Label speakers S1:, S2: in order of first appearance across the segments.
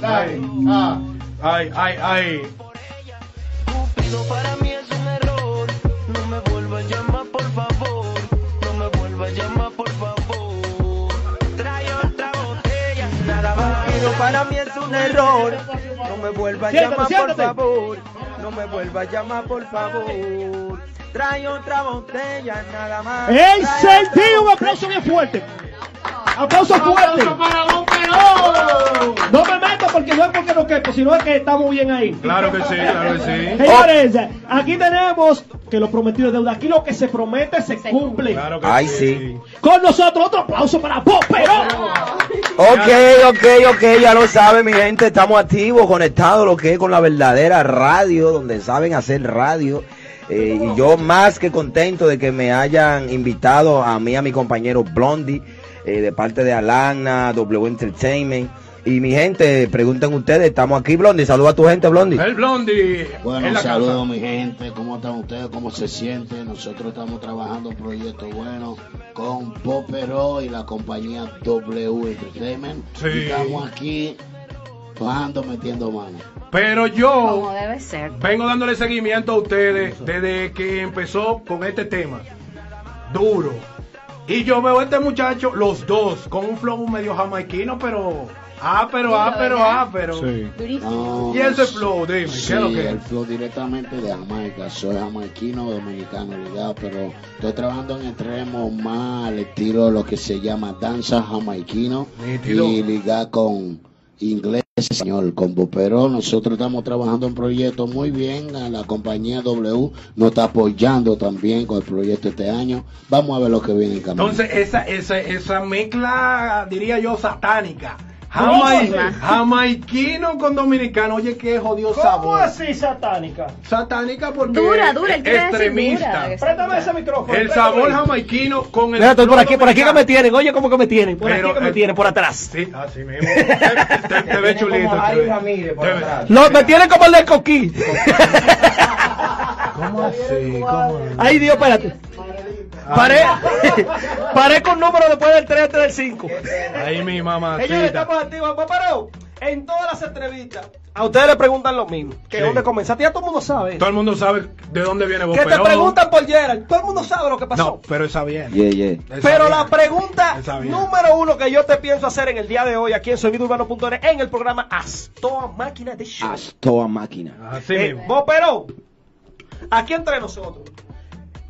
S1: Dale. Ah.
S2: Ay, ay, ay.
S3: Cupido para mí es un error. No me vuelva a llamar, por favor. No me vuelva a llamar, por favor. Trae otra botella, nada más.
S4: Cupido para mí es un error. No me vuelva a
S1: Siéntate,
S4: llamar, por
S1: siéntate.
S4: favor. No me vuelva a llamar, por favor. Trae otra botella, nada más.
S1: ¡Ey,
S4: Trae otra
S1: sentí! Un aplauso bien fuerte. Aplauso fuerte.
S5: ¡Aplauso para Don Perón!
S1: No me meto porque no es porque no quepo, sino es que estamos bien ahí.
S2: Claro que sí, claro que sí.
S1: Señores, aquí tenemos que lo prometido es deuda. Aquí lo que se promete se cumple.
S2: Claro que
S6: Ay,
S1: Con nosotros otro aplauso para vos, Perón.
S6: Ok, ok, ok, ya lo saben mi gente, estamos activos, conectados, lo que es con la verdadera radio, donde saben hacer radio. Eh, y yo más que contento de que me hayan invitado a mí, a mi compañero Blondie, eh, de parte de Alana, W Entertainment. Y mi gente, pregunten ustedes, estamos aquí Blondie, saluda a tu gente Blondie.
S2: El Blondie en
S5: Bueno,
S2: la
S5: saludos
S2: casa.
S5: mi gente, ¿cómo están ustedes? ¿Cómo se sienten? Nosotros estamos trabajando un proyecto bueno con Popero y la compañía W Entertainment.
S2: Sí.
S5: Y Estamos aquí bajando, metiendo manos.
S2: Pero
S7: Como
S2: yo
S7: debe ser.
S2: vengo dándole seguimiento a ustedes desde que empezó con este tema. Duro. Y yo veo a este muchacho, los dos, con un flow medio jamaiquino, pero. Ah, pero, ah, pero, ah, pero.
S7: Durísimo.
S5: No,
S2: ¿Y ese flow? Dime, ¿qué es
S5: sí,
S2: lo que es?
S5: el flow directamente de Jamaica. Soy jamaiquino, dominicano, ligado, pero estoy trabajando en extremo más al estilo de lo que se llama danza jamaiquino
S2: Nítido.
S5: y ligado con inglés y español, con Pero Nosotros estamos trabajando en proyecto muy bien. a La compañía W nos está apoyando también con el proyecto este año. Vamos a ver lo que viene en camino.
S2: Entonces, esa, esa, esa mezcla, diría yo, satánica. Jamai-
S1: ¿Cómo así?
S2: jamaiquino con dominicano, oye, qué jodido
S1: ¿Cómo
S2: sabor.
S1: así, satánica?
S2: Satánica porque
S7: Dura, dura, él quiere decir
S2: extremista.
S7: dura.
S1: Préstame ese micrófono.
S2: El sabor jamaiquino con el
S4: Mira, estoy por
S2: flow
S4: aquí, por aquí que me
S2: dominicano.
S4: tienen. Oye, ¿cómo que me tienen? Por
S2: Pero,
S4: aquí que me
S2: eh,
S4: tienen, por atrás.
S2: Sí, así mismo. Te, te- te ve chulito.
S1: como
S2: te
S1: Ari
S2: ve.
S1: Ramírez por
S2: Te ve-
S1: atrás.
S4: No, me tienen como el de coquí.
S2: ¿Cómo así? ¿Cómo?
S4: Ay, Dios, espérate.
S2: Ah,
S4: Paré, paré con número después del 3 antes del 5.
S2: Ahí mi mamá.
S4: Ellos estamos activos, papareo. En todas las entrevistas, a ustedes le preguntan lo mismo. Que
S2: Sí.
S4: dónde comenzaste, ya todo el mundo sabe.
S2: Todo el mundo sabe de dónde viene vos.
S4: Que te
S2: pero-
S4: preguntan por Gerald, todo el mundo sabe lo que pasó.
S2: No, pero esa bien.
S6: Yeah, yeah.
S2: Esa
S4: Pero
S2: bien.
S4: la pregunta
S2: Esa bien.
S4: número uno que yo te pienso hacer en el día de hoy aquí en sonidourbano.net en el programa Haz Toda Máquina de Show.
S6: Haz toda máquina.
S2: Así
S4: Eh,
S2: mismo.
S4: vos, pero, aquí entre nosotros.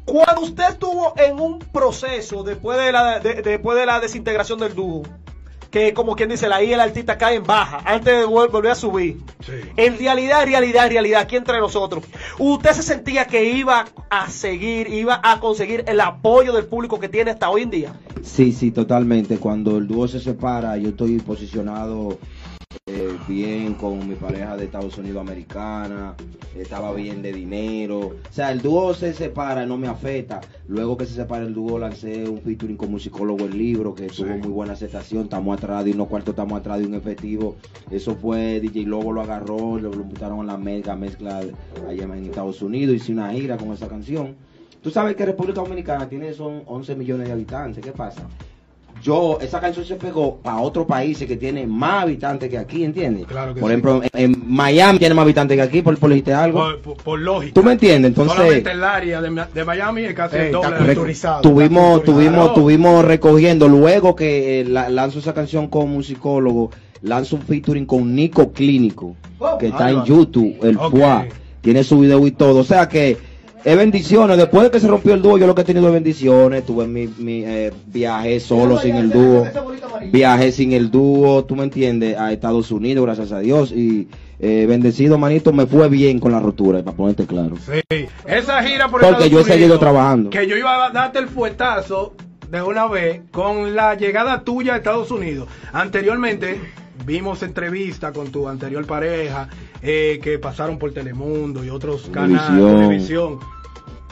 S4: Cuando usted estuvo en un proceso después de la, de- después de la desintegración del dúo, que como quien dice, la I el artista cae en baja antes de vol- volver a subir.
S2: Sí.
S4: En realidad, realidad, realidad, aquí entre nosotros, ¿usted se sentía que iba a seguir, iba a conseguir el apoyo del público que tiene hasta hoy en día?
S6: Sí, sí, totalmente. Cuando el dúo se separa, yo estoy posicionado eh, bien con mi pareja de Estados Unidos americana, estaba bien de dinero. O sea, el dúo se separa, no me afecta. Luego que se separa el dúo, lancé un featuring con musicólogo el libro, que tuvo muy buena aceptación. Estamos atrás de unos cuartos, estamos atrás de un efectivo. Eso fue, DJ Lobo lo agarró, lo lo botaron en la mega mezcla allá en Estados Unidos. Hice una gira con esa canción. Tú sabes que República Dominicana tiene son 11 millones de habitantes. ¿Qué pasa? yo, esa canción se pegó a otros países que tienen más habitantes que aquí, ¿entiendes?
S2: Claro que
S6: por
S2: sí.
S6: ejemplo, en, en Miami tiene más habitantes que aquí, por, por decirte algo.
S2: Por, por- por lógica.
S6: ¿Tú me entiendes? Entonces, Eh,
S2: Solamente el área de, de Miami es casi el
S1: Ey,
S2: doble.
S1: está
S2: de-
S6: re-
S1: Culturizado,
S6: tuvimos,
S1: está
S6: tuvimos,
S2: culturizado.
S6: tuvimos recogiendo. Luego que eh, la- lanzo esa canción con musicólogo, lanzo un featuring con Nico Clínico, que está en YouTube, el
S2: Ok.
S6: FUA. Tiene su video y todo. O sea que es bendiciones. Después de que se rompió el dúo, yo lo que he tenido es bendiciones. Tuve mi, mi eh, viaje solo sin el dúo. viaje sin el dúo, tú me entiendes, a Estados Unidos, gracias a Dios. Y eh, bendecido, manito, me fue bien con la rotura, para ponerte claro.
S2: Sí. Esa gira por
S6: Porque
S2: Estados
S6: yo he
S2: Unidos,
S6: seguido trabajando.
S2: Que yo iba a darte el fuetazo de una vez con la llegada tuya a Estados Unidos. Anteriormente vimos entrevistas con tu anterior pareja eh, que pasaron por Telemundo y otros canales de televisión.
S6: Univisión.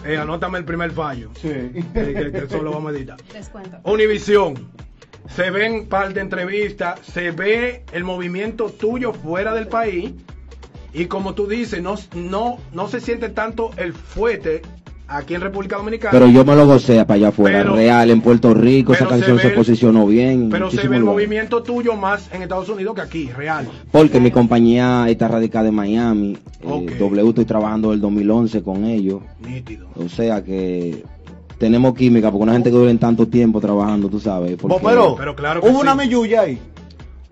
S2: Eh, anótame el primer fallo.
S1: Sí.
S2: eh, que, que eso lo vamos a editar.
S7: Les cuento.
S2: Univisión. Se ven par de entrevistas, se ve el movimiento tuyo fuera del país y como tú dices, no, no, no se siente tanto el fuerte aquí en República Dominicana.
S6: Pero yo me lo gocé para allá afuera,
S2: Pero-
S6: real, en Puerto Rico, esa
S2: pero se
S6: canción
S2: ve
S6: se,
S2: el-
S6: posicionó bien.
S2: Pero se
S6: muchísimo
S2: ve el
S6: lugar.
S2: movimiento tuyo más en Estados Unidos que aquí, real.
S6: Porque mi compañía está radicada en Miami, eh,
S2: Ok.
S6: W estoy trabajando del 2011 con ellos,
S2: Nítido.
S6: o sea que tenemos química, porque una gente que duren tanto tiempo trabajando, tú sabes. porque-
S8: Pero,
S2: Pero claro que
S8: hubo
S2: sí.
S8: una milluya ahí.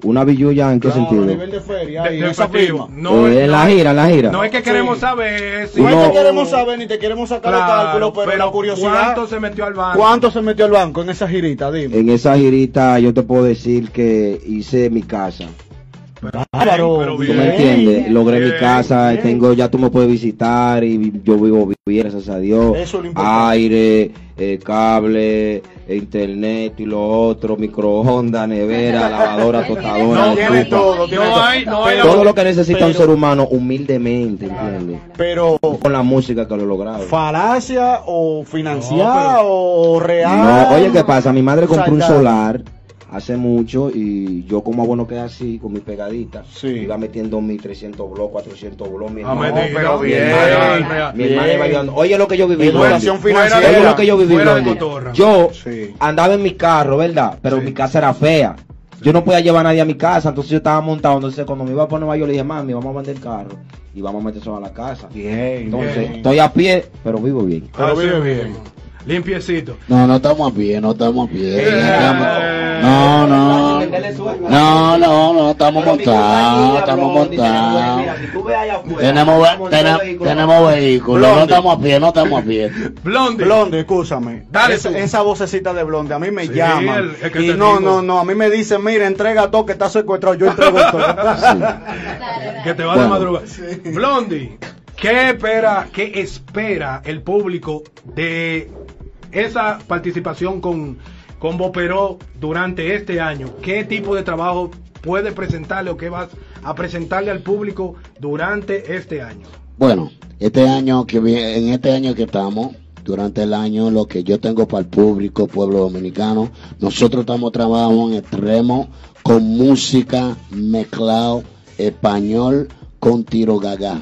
S6: ¿Una billulla en qué
S8: Claro,
S6: sentido?
S8: a nivel de feria.
S2: De-
S8: ahí,
S2: de-
S8: esa
S2: efectivo.
S8: firma.
S2: No,
S6: Eh, en la
S2: no-
S6: gira, en la gira.
S2: No es que queremos saber si
S6: Uno-
S8: No te
S6: No.
S8: queremos saber ni te queremos sacar el
S2: Claro,
S8: cálculo, pero, la curiosidad.
S2: ¿Cuánto se metió al banco?
S8: ¿Cuánto se metió al banco en esa girita?
S4: Eh,
S8: Dime.
S6: En esa girita yo te puedo decir que hice mi casa.
S8: Bárbaro.
S2: pero
S6: ¿Tú
S2: bien.
S6: me entiendes? Logré
S2: bien,
S6: mi casa,
S2: bien.
S6: tengo ya tú me puedes visitar y vi- yo vivo bien, gracias a Dios.
S8: Eso es lo importante.
S6: Aire, eh, cable, eh, internet y lo otro, microondas, nevera, lavadora, tostadora,
S8: No, tiene
S6: estufa.
S8: todo, tiene
S2: No
S8: todo.
S2: hay, no hay.
S6: Todo lo que necesita un
S8: pero-
S6: ser humano humildemente, ¿entiendes?
S8: Pero,
S6: Con la música que lo lograba.
S8: falacia o financiada
S2: No, pero-
S8: o real.
S6: No, oye, ¿qué pasa? Mi madre compró un
S8: Saltar.
S6: solar hace mucho y yo como abono que así, con mi pegadita,
S8: Sí.
S6: iba metiendo mis 300 blogs, 400 blogs, mi
S2: Ah,
S6: hermano-
S2: metido,
S8: pero
S2: bien,
S8: bien.
S2: real, real.
S6: mi hermana
S8: Bien.
S6: iba ayudando. Oye lo que yo viví.
S8: Educación
S6: Blondie.
S2: Fuera de-
S8: financiera.
S6: Oye lo que yo viví.
S2: fuera de
S6: Blondie.
S2: cotorra.
S6: Yo
S8: Sí.
S6: andaba en mi carro, ¿verdad? Pero
S2: Sí.
S6: mi casa era fea. Yo no podía llevar a nadie a mi casa, entonces yo estaba montado. Entonces cuando me iba a poner Nueva York, le dije, mami, vamos a vender el carro y vamos a meter eso a la casa.
S8: Bien,
S6: Entonces,
S8: bien.
S6: estoy a pie, pero vivo bien.
S2: Pero
S8: Así
S2: vive
S8: mismo.
S2: bien. Limpiecito.
S5: No, no estamos a pie, no estamos a pie.
S2: Eh.
S5: No, no. No, no, no, estamos montados, estamos montados. Tenemos, ve- tene- tenemos vehículos, no
S8: Blondie.
S5: estamos a pie, no estamos a pie.
S2: Blondie.
S8: Blonde, escúchame.
S2: Dale
S8: esa,
S2: tú.
S8: esa vocecita de Blonde, a mí me
S2: Sí,
S8: llama.
S2: el- el que
S8: y
S2: te
S8: no,
S2: digo.
S8: no, no, a mí me dicen, mira, entrega todo que está secuestrado, yo entrego todo.
S2: Que te va de
S6: Bueno.
S2: madrugada. Blondie, ¿qué espera, qué espera el público de esa participación con, con Boperó durante este año? ¿Qué tipo de trabajo puede presentarle o qué vas a presentarle al público durante este año?
S5: Bueno, este año que vi- en este año que estamos, durante el año, lo que yo tengo para el público, pueblo dominicano, nosotros estamos trabajando en extremo con música mezclado español con tiro gaga.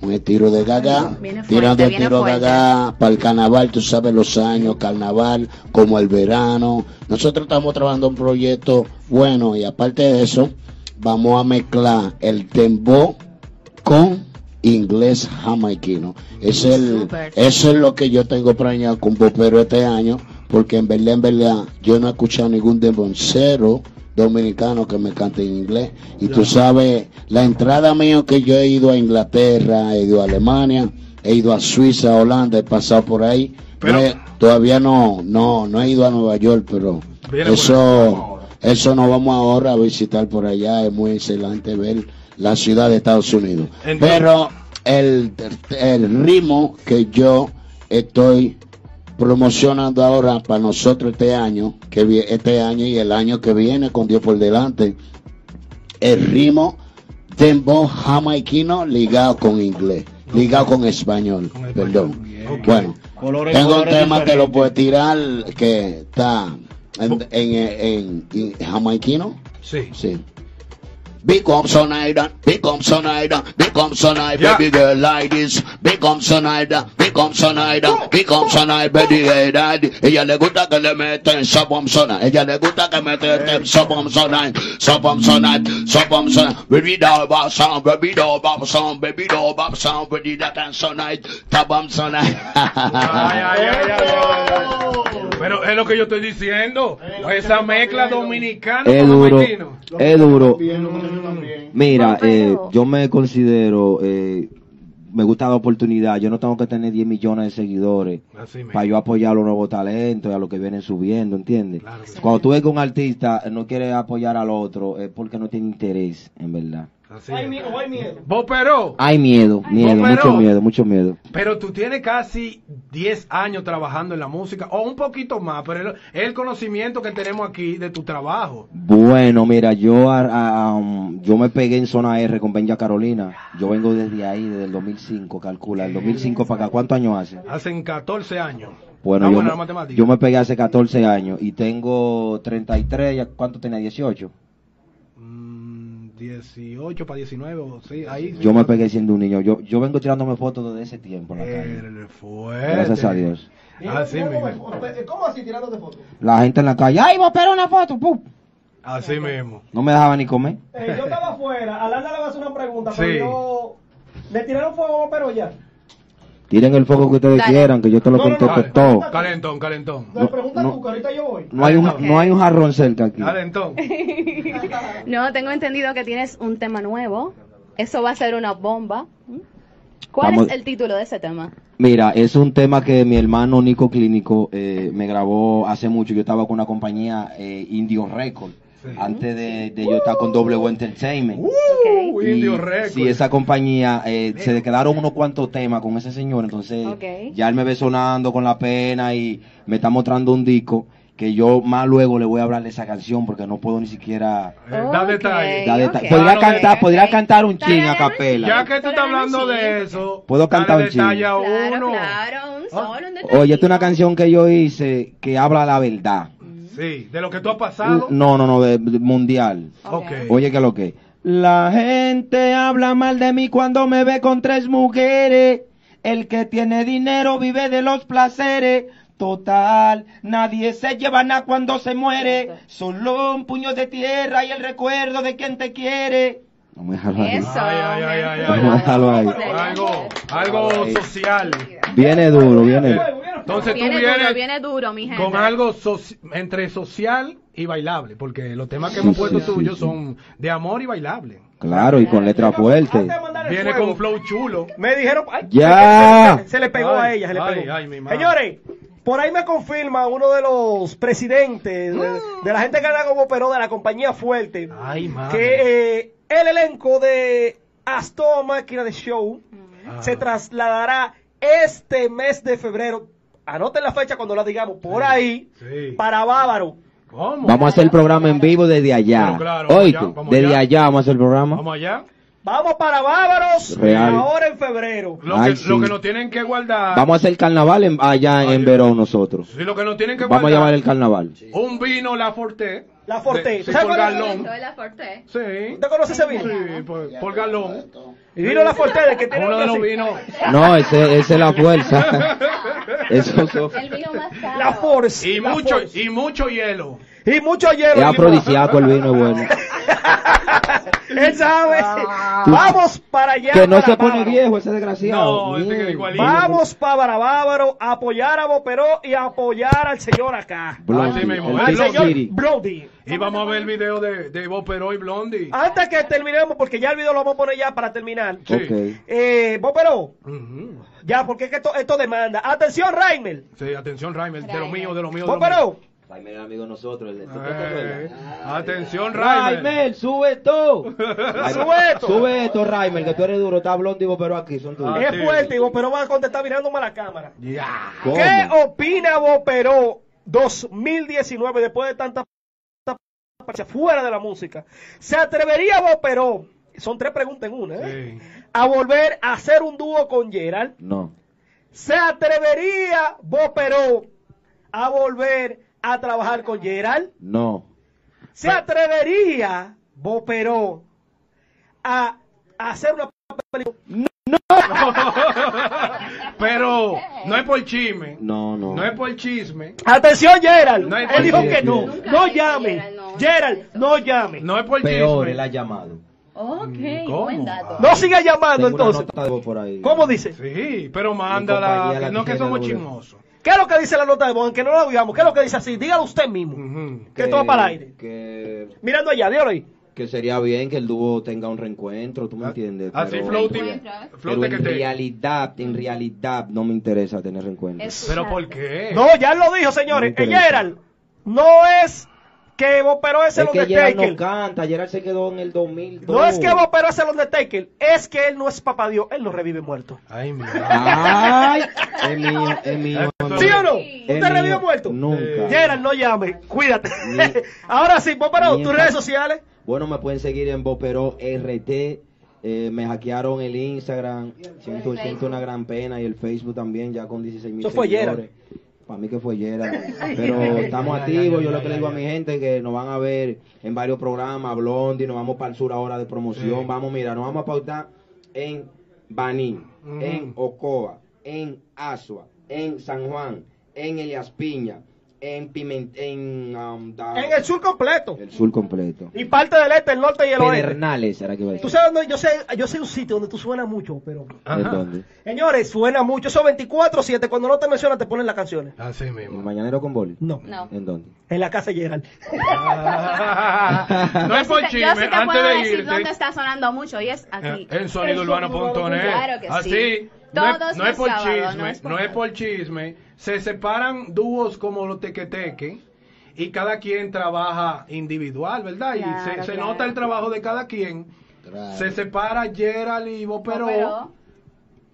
S5: Un tiro de gaga,
S7: Viene fuerte,
S5: tirando
S7: viene
S5: tiro
S7: fuerte.
S5: gaga para el carnaval, tú sabes los años, carnaval, como el verano. Nosotros estamos trabajando un proyecto bueno y aparte de eso, vamos a mezclar el tembo con inglés jamaiquino. Es el,
S7: Súper.
S5: eso es lo que yo tengo planeado con Popero este año, porque en verdad, en verdad, yo no he escuchado ningún deboncero dominicano que me cante en inglés. Y tú sabes, la entrada mía que yo he ido a Inglaterra, he ido a Alemania, he ido a Suiza, a Holanda, he pasado por ahí.
S2: Pero-
S5: No he- todavía no, no, no he ido a Nueva York, pero
S2: Viene por ahí, vamos
S5: eso,
S2: ahora.
S5: eso nos vamos ahora a visitar por allá. Es muy excelente ver la ciudad de Estados Unidos.
S2: Entonces-
S5: Pero el, el ritmo que yo estoy promocionando ahora para nosotros este año, que vi- este año y el año que viene con Dios por delante, el ritmo dembow jamaiquino ligado con inglés, ligado con español,
S2: Con español,
S5: perdón.
S2: bien.
S5: Bueno,
S8: Colores-
S5: tengo un
S8: colores
S5: tema que lo
S8: diferentes.
S5: puedo tirar que está en, en, en- en- en jamaiquino.
S2: Sí.
S5: Sí. Become so neither, become so neither, become so neither,
S2: Yeah.
S5: baby girl like this. Become so neither, become so neither, become so neither, baby girl daddy. Ella le gusta que le meten sopom sona. Ella le gusta que meten sopom sona. Sopom sona, sopom sona. Baby doll bop song, baby doll bop song, baby doll bop song, baby that and so night, tabam sona.
S2: Ay, ay, ay, ay, ay, ay. Pero es lo que yo estoy diciendo. Pues Esa mezcla dominicana
S6: Es
S2: con
S6: duro,
S2: jamaiquino.
S6: es duro.
S8: también.
S6: Mira,
S7: Con
S6: eh,
S7: todo.
S6: yo me considero, eh, me gusta la oportunidad. Yo no tengo que tener 10 millones de seguidores
S2: Así mismo.
S6: para yo apoyar a los nuevos talentos y a los que vienen subiendo, ¿entiendes?
S2: Claro que sí.
S6: Cuando tú ves que un artista no quiere apoyar al otro es porque no tiene interés, en verdad.
S2: Así
S1: No hay miedo,
S2: es.
S1: no hay miedo.
S2: Vos, pero,
S6: Hay miedo, miedo,
S2: no, pero-
S6: mucho miedo, mucho miedo.
S2: pero tú tienes casi 10 años trabajando en la música, o un poquito más, pero el, el conocimiento que tenemos aquí de tu trabajo.
S6: Bueno, mira, yo a- a- a, um, yo me pegué en zona R con Benja Carolina. Yo vengo desde ahí, desde el 2005, calcula. El 2005 para acá, ¿cuántos años hace?
S2: Hacen 14 años.
S6: Bueno,
S2: Ah,
S6: yo,
S2: buena la
S6: me,
S2: matemática.
S6: yo me pegué hace 14 años y tengo 33, ya- ¿cuánto tenía? 18.
S2: Mm, 18 para 19, o sí, ahí.
S6: Yo me pegué siendo un niño. Yo, yo vengo tirándome fotos desde ese tiempo
S2: Eh,
S6: en la calle.
S2: El fuerte.
S6: Gracias a Dios.
S2: Así mismo.
S4: ¿Cómo así tirándote fotos?
S6: La gente en la calle, ¡ay, voy a pegar una foto! ¡Pum!
S2: Así mismo.
S6: No me dejaba ni comer.
S1: Eh, yo estaba afuera, a Landa le va a hacer una pregunta, pero
S2: Sí.
S1: yo... Le tiraron fuego, pero ya.
S6: Tiren el foco que ustedes
S7: Dale.
S6: quieran, que yo te lo
S1: No, no, no,
S6: contesto
S1: dale.
S6: todo.
S2: Calentón, calentón.
S1: No,
S6: No,
S1: pregunta
S6: no.
S1: tú, que ahorita yo voy.
S6: No hay, un,
S7: Ok.
S6: no hay un jarrón cerca aquí.
S2: Calentón.
S7: No, tengo entendido que tienes un tema nuevo. Eso va a ser una bomba. ¿Mm? ¿Cuál
S6: Vamos.
S7: es el título de ese tema?
S6: Mira, es un tema que mi hermano Nico Clínico eh, me grabó hace mucho. Yo estaba con una compañía eh, Indio Record.
S2: Sí.
S6: Antes de, de yo estar con W Entertainment.
S2: Uh,
S6: Y
S2: Indio Record.
S6: Sí, esa compañía, eh, se quedaron unos cuantos temas con ese señor, entonces
S7: Ok.
S6: ya él me ve sonando con la pena y me está mostrando un disco que yo más luego le voy a hablar de esa canción porque no puedo ni siquiera...
S2: Eh, da
S7: Ok,
S2: detalle.
S6: Da detalle.
S7: ok,
S6: Podría
S7: ok,
S6: cantar-
S7: ok.
S6: podría cantar un chin a
S7: Dale,
S6: capela.
S2: Ya que tú
S7: Dale,
S2: estás hablando
S7: sí.
S2: de eso,
S6: Puedo cantar
S2: dale
S6: un chin.
S2: detalle a
S7: Claro,
S2: uno. Ah.
S7: claro, un solo, un detallito.
S6: Oye, esta es una canción que yo hice que habla la verdad. Uh,
S2: Sí, de lo que tú has pasado.
S6: No, no, no, de- de- mundial.
S2: Ok.
S6: Oye, que lo que. La gente habla mal de mí cuando me ve con tres mujeres. El que tiene dinero vive de los placeres. Total, nadie se lleva nada cuando se muere. Solo un puño de tierra y el recuerdo de quien te quiere. No me jalo ahí.
S7: Eso.
S2: Ay, ay, ay, ay, ay.
S7: Bueno,
S6: Déjalo ahí.
S7: excelente.
S2: Algo, algo
S6: Ahí.
S2: social. Eh,
S6: Viene duro, viene.
S2: Entonces tú
S7: Viene duro,
S2: vienes
S7: viene duro, mi gente.
S2: con algo soci- entre social y bailable, porque los temas que hemos
S6: Sí,
S2: puesto
S6: sí,
S2: tuyos
S6: sí, sí.
S2: son de amor y bailable.
S6: Claro, y con letra fuerte.
S4: Antes de mandar el
S2: Viene
S4: fuego,
S2: con flow chulo.
S4: Me dijeron, ay,
S6: Ya.
S4: se, le- se le pegó
S2: Ay,
S4: a ella, se le
S2: ay,
S4: pegó.
S2: ay, mi madre.
S4: Señores, por ahí me confirma uno de los presidentes de,
S8: Mm.
S4: de la gente que gana como pero de la compañía Fuerte
S2: Ay, madre.
S4: que eh, el elenco de Aston Máquina de Show se
S2: Ah,
S4: trasladará este mes de febrero. Anoten la fecha cuando la digamos por ahí
S2: Sí.
S4: para Bávaro.
S2: ¿Cómo?
S6: Vamos a hacer el programa en vivo desde allá.
S2: Pero claro, vamos
S6: Hoy,
S2: allá, vamos
S6: desde
S2: allá.
S6: allá vamos a hacer el programa.
S2: Vamos allá.
S4: Vamos para Bávaros
S6: Real.
S4: ahora en febrero.
S2: Lo,
S6: Ay,
S2: que, lo
S6: sí.
S2: que nos tienen que guardar.
S6: Vamos a hacer carnaval en- allá en Verón nosotros.
S2: Sí, lo que nos tienen que
S6: Vamos a
S2: guardar.
S6: llamar el carnaval.
S2: Un vino La Forte.
S4: La Forte.
S2: De- sí,
S4: ¿Sabes
S2: por
S4: cuál es?
S2: galón.
S7: la Forte.
S2: Sí.
S4: ¿Usted conoce ese vino?
S2: Sí, por, por galón.
S4: Y vino la Forte de que tiene
S2: Uno de
S4: otro
S2: los
S4: así.
S2: vinos.
S6: No, ese, ese es la fuerza. Eso son-
S7: El vino más caro.
S4: La Force.
S2: Y
S4: la
S2: mucho,
S4: Force.
S2: y mucho hielo.
S4: Y mucho
S6: es
S4: hielo.
S6: afrodisíaco el vino, es bueno.
S4: Él sabe. Vamos para allá.
S6: Que no
S4: para
S6: se pone
S4: Bávaro.
S6: viejo ese desgraciado.
S2: No, ese que
S6: Mierda.
S2: igualito.
S4: Vamos para Bávaro a apoyar a Boperó y a apoyar al señor acá.
S6: Blondie,
S2: Así mismo, es
S6: el
S4: Al
S6: Big
S2: lo que-
S4: señor
S6: City.
S4: Brody.
S2: Y vamos a ver el video de, de Bob Peró y Blondie.
S4: Antes que terminemos, porque ya el video lo vamos a poner ya para terminar.
S2: Sí.
S6: Ok.
S4: Eh, Boperó,
S2: Ujú.
S4: ya, porque es que esto, esto demanda. Atención, Raimel.
S2: Sí, atención, Raimel, de lo mío, de lo mío. De lo mío.
S4: Boperó.
S2: Eh, atención, Raimel.
S6: Raimel, sube esto.
S4: Sube esto.
S6: Sube esto, Raimel, que tú eres duro. Está blondivo, pero aquí son tuyos.
S2: Ah,
S4: Es
S2: sí.
S4: fuerte y Boperó va a contestar mirándome a la cámara.
S2: Ya.
S6: ¿Cómo?
S4: ¿Qué Oh. opina Boperó 2019 después de tanta tanta- fuera de la música? ¿Se atrevería Boperó? Son tres preguntas en una, ¿eh?
S2: Sí.
S4: A volver a hacer un dúo con Gerald.
S6: No.
S4: ¿Se atrevería Boperó a volver a trabajar con Gerald?
S6: No.
S4: ¿Se atrevería Boperó a, a hacer una
S2: Pero no es por chisme.
S6: No, no.
S2: No es por chisme.
S4: Atención, Gerald.
S2: No hay-
S4: Él dijo que no.
S6: Nunca
S4: No
S7: dice
S4: llame.
S7: Gerald, no.
S4: Gerald, no llame.
S2: No es por
S6: Peor,
S2: chisme.
S6: él ha llamado.
S7: Ok,
S2: ¿Cómo?
S7: buen dato.
S4: No siga llamando
S6: Tengo una
S4: entonces.
S6: nota de voz por ahí.
S4: ¿Cómo dice?
S2: Sí, pero
S6: Mi
S2: mándala.
S6: compañía, la
S2: no que
S6: tijera,
S2: somos
S6: boludo.
S2: chismosos.
S4: ¿Qué es lo que dice la nota de voz? Que no la oigamos. ¿Qué es lo que dice así? Dígalo usted mismo.
S2: Ujú.
S4: Que todo para el aire.
S6: Que
S4: Mirando allá, dígalo ahí.
S6: que sería bien que el dúo tenga un reencuentro, tú me entiendes.
S2: Ah, Así
S6: Pero-
S2: flote,
S6: Pero
S2: flote que
S6: en
S2: te.
S6: realidad, en realidad no me interesa tener reencuentros.
S7: Es-
S2: Pero ¿por qué?
S4: No, ya lo dijo, señores.
S6: No
S4: Eh,
S6: interesa.
S4: Gerald, no es que Boperó es el
S6: Es que Gerard no
S4: Undertaker.
S6: canta, Gerard se quedó en el 2002.
S4: No es que Boperó es el Undertaker. Es que él no es papá Dios. Él no revive muerto.
S2: Ay, mi
S6: Ay, es mío, es mío.
S2: Eso-
S4: ¿Sí o no?
S6: es
S4: ¿Usted revive
S6: mío.
S4: muerto?
S6: Nunca.
S4: Gerald, no llame. Cuídate.
S6: Ni-
S4: Ahora sí, Boperó,
S6: Ni
S4: tus
S6: en
S4: redes
S6: pa-
S4: sociales.
S6: Bueno, me pueden seguir en Bopero RT. eh, me hackearon el Instagram. Siento, siento una gran pena. Y el Facebook también, ya con 16 mil
S4: Eso fue
S6: seguidores. Para mí que fue Yera. Pero estamos activos. Yo lo que le digo a mi gente que nos van a ver en varios programas, Blondie, nos vamos para el sur ahora de promoción. Vamos, mira, nos vamos a pautar en Baní,
S2: Ujú.
S6: en Ocoa, en Asua, en San Juan, en Elias Piña, en Pimentel, en, um, da-
S4: En el sur completo.
S6: el sur completo.
S4: Y parte del este, el norte y el oeste.
S6: Pedernales, era que iba a
S4: Tú
S6: decir.
S4: sabes dónde, yo sé, yo sé un sitio donde tú suenas mucho, pero.
S6: ¿De dónde?
S4: Señores, suena mucho. Eso 24-7. Cuando no te mencionan, te ponen las canciones.
S2: Así
S6: ¿El
S2: mismo.
S6: mañanero con boli?
S4: No.
S7: No.
S6: ¿En dónde?
S4: En la casa llegan.
S2: no es
S7: Yo
S2: por
S7: sí te-
S2: chisme,
S7: yo sí te
S2: antes
S7: puedo
S2: de
S7: decir
S2: irte. Eh,
S7: dónde está sonando mucho y es aquí.
S2: En sonidourbano.net.
S7: Claro que sí.
S2: Así. Ah, No es-
S7: Todos
S2: no es,
S7: los
S2: por
S7: sábados,
S2: chisme,
S7: no es por nada.
S2: por chisme. Se separan dúos como los tequeteque y cada quien trabaja individual, ¿verdad? y se,
S7: Claro,
S2: se
S7: claro.
S2: nota el trabajo de cada quien.
S5: Claro.
S2: Se separa Gerald y Boperó.
S7: Pero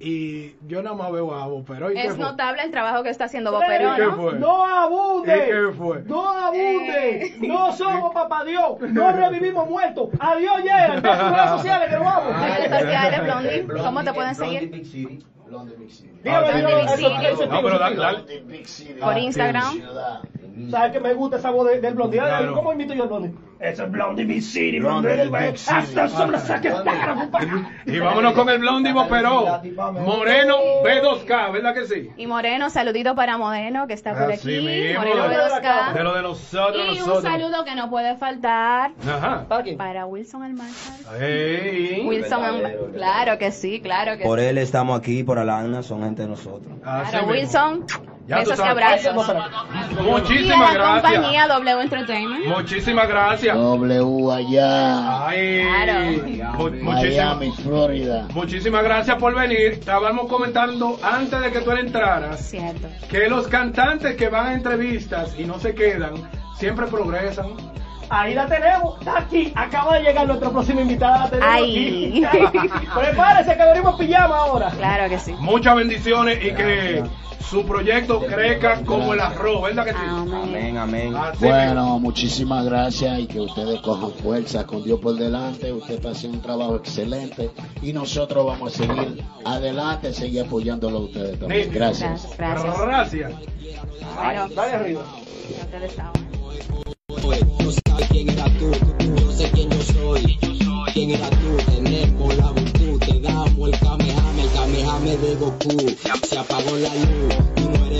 S2: Y yo nada más veo a Boperó. ¿Y qué
S7: es
S2: fue?
S7: notable el trabajo que está haciendo
S2: ¿Y qué
S7: Boperón, ¿no?
S2: fue?
S1: No
S2: ¿Y qué
S1: abunde.
S2: fue? Ah,
S1: No abunde.
S7: Eh.
S1: No somos papá Dios. No revivimos muertos. Adiós, Gerald. Ve sus redes sociales que nos vamos.
S7: Redes sociales, Blondie, ¿cómo te pueden seguir?
S5: London Big City.
S1: Dígame,
S7: Blondie
S1: yo,
S7: Big
S1: eso-
S7: City.
S1: eso-
S2: No, pero da- da-
S5: London Big City.
S7: Por Instagram.
S5: Ciudad.
S1: ¿Sabes que me gusta esa voz de- del blondie? Ay,
S2: Claro.
S1: ¿Cómo invito yo al blondie? Eso es blondie, mi city,
S5: Blondie,
S1: blondie del
S5: Big
S1: web.
S5: City.
S1: Hasta sombra saca estar, compa.
S2: Y vámonos con el blondie Boperó. Moreno B2K, ¿verdad que sí?
S7: Y Moreno, saludito para Moreno, que está por
S2: Así
S7: aquí.
S2: mismo.
S7: Moreno
S2: De
S7: 2K.
S2: lo de nosotros,
S7: Ah. Y un
S2: nosotros.
S7: saludo que no puede faltar
S2: Ajá.
S7: para Wilson Almanzar.
S2: Ey.
S7: Wilson, Alm- claro que sí, claro que
S6: Por
S7: sí.
S6: él estamos aquí, por Alana, son gente de nosotros.
S2: Así
S7: Claro,
S2: mismo.
S7: Wilson,
S2: Ya tú
S7: besos y
S2: sabes.
S7: abrazos. Y a
S2: Muchísimas
S7: la
S2: gracias.
S7: compañía W Entertainment.
S2: Muchísimas gracias.
S5: W allá.
S2: Ay,
S7: Claro.
S2: mu- muchísimas,
S5: Miami, Florida.
S2: muchísimas gracias por venir. Estábamos comentando antes de que tú entraras
S7: Cierto.
S2: que los cantantes que van a entrevistas y no se quedan siempre progresan.
S1: Ahí la tenemos, está aquí. Acaba de llegar nuestra próxima invitada. La tenemos
S7: Ay.
S1: aquí. Prepárese que venimos pijama ahora.
S7: Claro que sí.
S2: Muchas bendiciones y que su proyecto crezca como el arroz, ¿verdad que sí?
S7: Amén.
S6: Amén, amén.
S7: Ah,
S2: Así mismo.
S5: Bueno, muchísimas gracias y que ustedes cojan fuerza con Dios por delante. Usted está haciendo un trabajo excelente y nosotros vamos a seguir adelante, seguir apoyándolo a ustedes también.
S2: Nítido.
S5: Gracias.
S7: Gracias, gracias.
S2: gracias.
S7: Bueno,
S1: Dale arriba.
S7: ya ustedes saben.
S9: No sabes quién era tú, yo sé quién yo soy. ¿Quién era tú? Tener por la virtud, te damos el Kamehame, el Kamehame de Goku. Se apagó la luz, tú no eres